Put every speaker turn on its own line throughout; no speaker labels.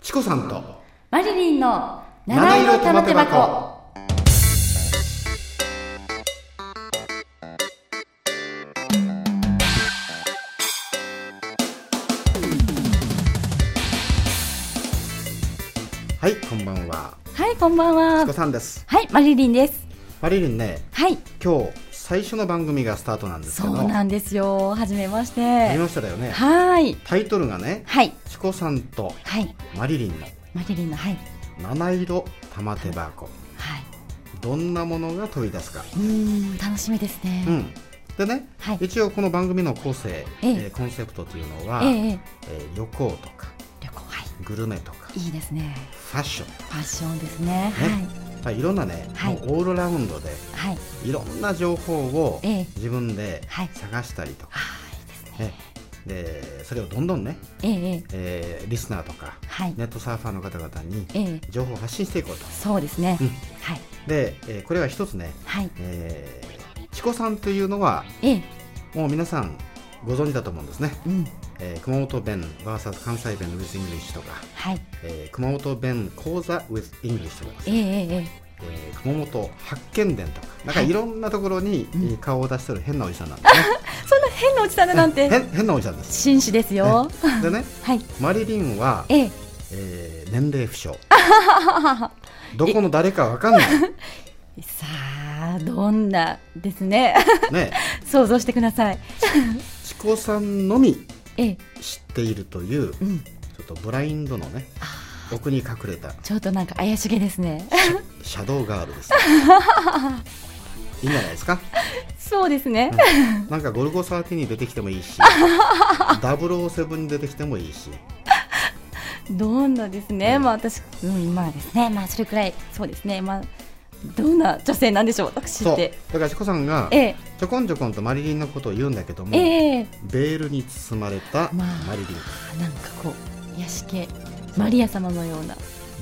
チコさんと
マリリンの七色玉手箱。
はいこんばんは
はい、こんばん
チ
は
コ。さんです
はい、マリリンです。
マリリンね
はい、
今日最初の番組がスタートなんですけ
そ
ど
うなんですよ。はじめまし
あり
て。
ましただよね
はい。
タイトルがね
はい。
チコさんと
はい。
マリリンの
マリリンの、はい。
七色玉手箱
はい。
どんなものが飛び出すか
うーん、楽しみですね。
うんでね、
はい
一応この番組の構成、
ええ
えーコンセプトというのは、
ええええ
えー旅行とか
旅行、は
グルメとか
い。いいですね。
ファッション
ファッションですね。
ねまあ、いろんなね、
はい
もうオールラウンドで
はい。はい。
いろんな情報を
ええ
自分で
はい
探したりとか、
ああ、いいですね。
ねでそれをどんどんね、
ええええ
えーリスナーとか
はい。
ネットサーファーの方々に
ええ
情報を発信していこうと
そうですね。
うん
はい。
で、えーこれは一つね、
はい。
えー、チコさんというのは
ええ
もう皆さんご存知だと思うんですね、
うん。
えー熊本弁 VS 関西弁 with English とか、
はい。
えー熊本弁講座 with English とかです
え
ね
えええええ
えー熊本八犬伝とかなんか
はい
いろんなところに、
ん
えー顔を出してる変なおじさんなんですね
そんな変なおじさんだ なんて。
変変なおじさんです
紳士ですよ。
でね
はい。
マリリンは、
ええ
えー年齢不 詳どこの誰かわかんない
さあどんなですね
ね
想像してください
チコさんのみ
ええ
知っているというちょ
うん
っとブラインドのね奥に隠 れた
ちょっとなんか怪しげですね
シャドウガールです、ね、いいんじゃないですか
そうですね、
なんかゴルゴ13に出てきてもい いし007に出てきてもいいし
どんなですね、
うん
まあ私うんまあですねまあそれくらいそうですねまあどんな女性なんでしょう私
そ
っ
うだ
て
からチコさんが
ええ
ちょこんちょこんとマリリンのことを言うんだけども、
ええ
ベールに包まれたマ
まあ
リリン、
あなんかこう癒し系マリア様のような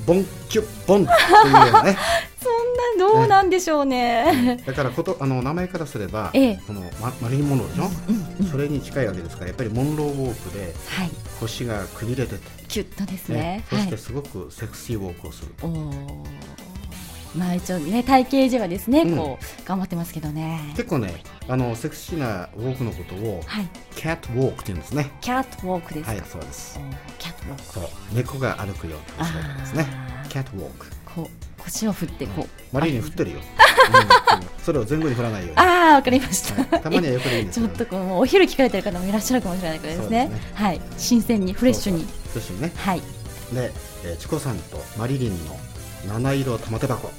ボンキュッボンっていうようなね
そんなどうなんでしょうね
だからことあの名前からすれば、
ええ
このママリリン・モンローでしょ、
うんうん
それに近いわけですからやっぱりモンローウォークで
はい
腰がくびれてて、
キュッとです
ね
ね
そ
は
し
い
てすごくセクシーウォークをする、
おーまあ一応ね体型維持はですね、
うん
こう頑張ってますけどね
結構ねあのセクシーなウォークのことを
はい
キャットウォークって言うんですね
キャットウォークですか、
はいそうです
おーキャットウォーク
そう猫が歩くような姿ですね
あー
キャットウォーク
こう腰を振ってこう、
マリリン振ってるよ、うんそれを前後に振らないように
ああわかりました、
はいたまには横でいいんです
ち
け
ょ
ど
っとこうもうお昼聞かれてる方もいらっしゃるかもしれないからです
そ
ね
うですね
はい新鮮にフレッシュ
そ
に
うそうフレッシュにね
はい
で、えー、チコさんとマリリンの七色玉手箱
はい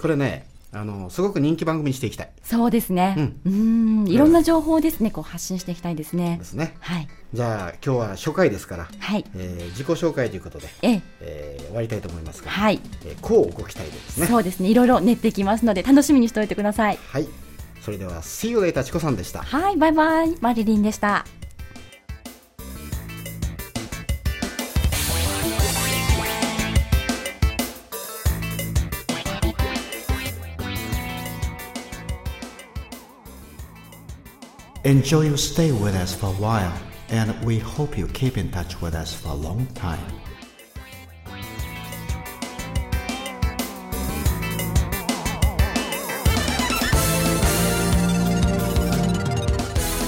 これねあのすごく人気番組にしていきたい
そうですね
う
うんんんいろんな情報をですねこう発信していきたいですね
ですね
はい
じゃあ今日は初回ですから、
はい
えー自己紹介ということで、
ええ
えー終わりたいと思いますが、
はい、
えー、こうご期待でですね
そうですねいろいろ練っていきますので楽しみにしておいてください
はいそれでは See you later チコさんでした
はいバイバイマリリンでした
Enjoy your stay with us for a while, and we hope you keep in touch with us for a long time.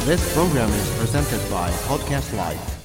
This program is presented by Podcast Live.